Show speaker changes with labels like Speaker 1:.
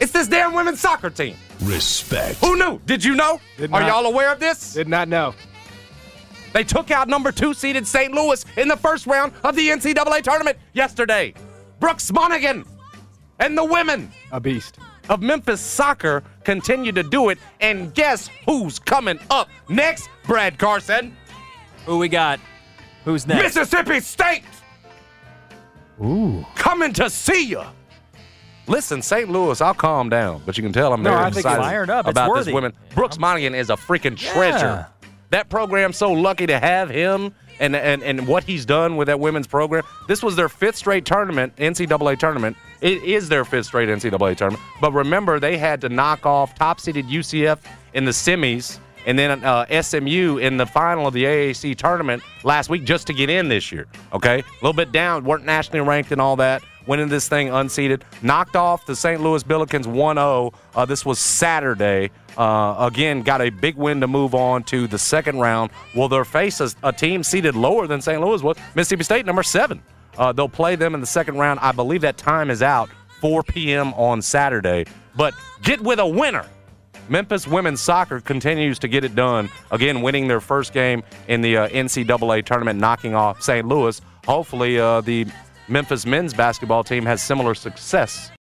Speaker 1: this damn women's soccer team.
Speaker 2: Respect.
Speaker 1: Who knew? Did you know?
Speaker 3: Did
Speaker 1: Are
Speaker 3: not.
Speaker 1: y'all aware of this?
Speaker 3: Did not know.
Speaker 1: They took out number two seeded St. Louis in the first round of the NCAA tournament yesterday. Brooks Monaghan and the women
Speaker 3: A beast.
Speaker 1: of Memphis soccer continue to do it. And guess who's coming up next? Brad Carson,
Speaker 4: Who we got? Who's next?
Speaker 1: Mississippi State. Ooh. Coming to see you. Listen, St. Louis, I'll calm down, but you can tell I'm
Speaker 4: No,
Speaker 1: very
Speaker 4: I think
Speaker 1: excited
Speaker 4: it's fired up. It's
Speaker 1: about
Speaker 4: worthy.
Speaker 1: this women. Brooks Monaghan is a freaking treasure. That program's so lucky to have him and, and, and what he's done with that women's program. This was their fifth straight tournament, NCAA tournament. It is their fifth straight NCAA tournament. But remember, they had to knock off top seeded UCF in the semis and then uh, SMU in the final of the AAC tournament last week just to get in this year. Okay? A little bit down, weren't nationally ranked and all that. Went in this thing unseeded, knocked off the St. Louis Billikens 1 0. Uh, this was Saturday. Uh, again, got a big win to move on to the second round. Well, they'll face a, a team seated lower than St. Louis was, Mississippi State, number seven. Uh, they'll play them in the second round. I believe that time is out, 4 p.m. on Saturday. But get with a winner. Memphis women's soccer continues to get it done. Again, winning their first game in the uh, NCAA tournament, knocking off St. Louis. Hopefully, uh, the Memphis men's basketball team has similar success.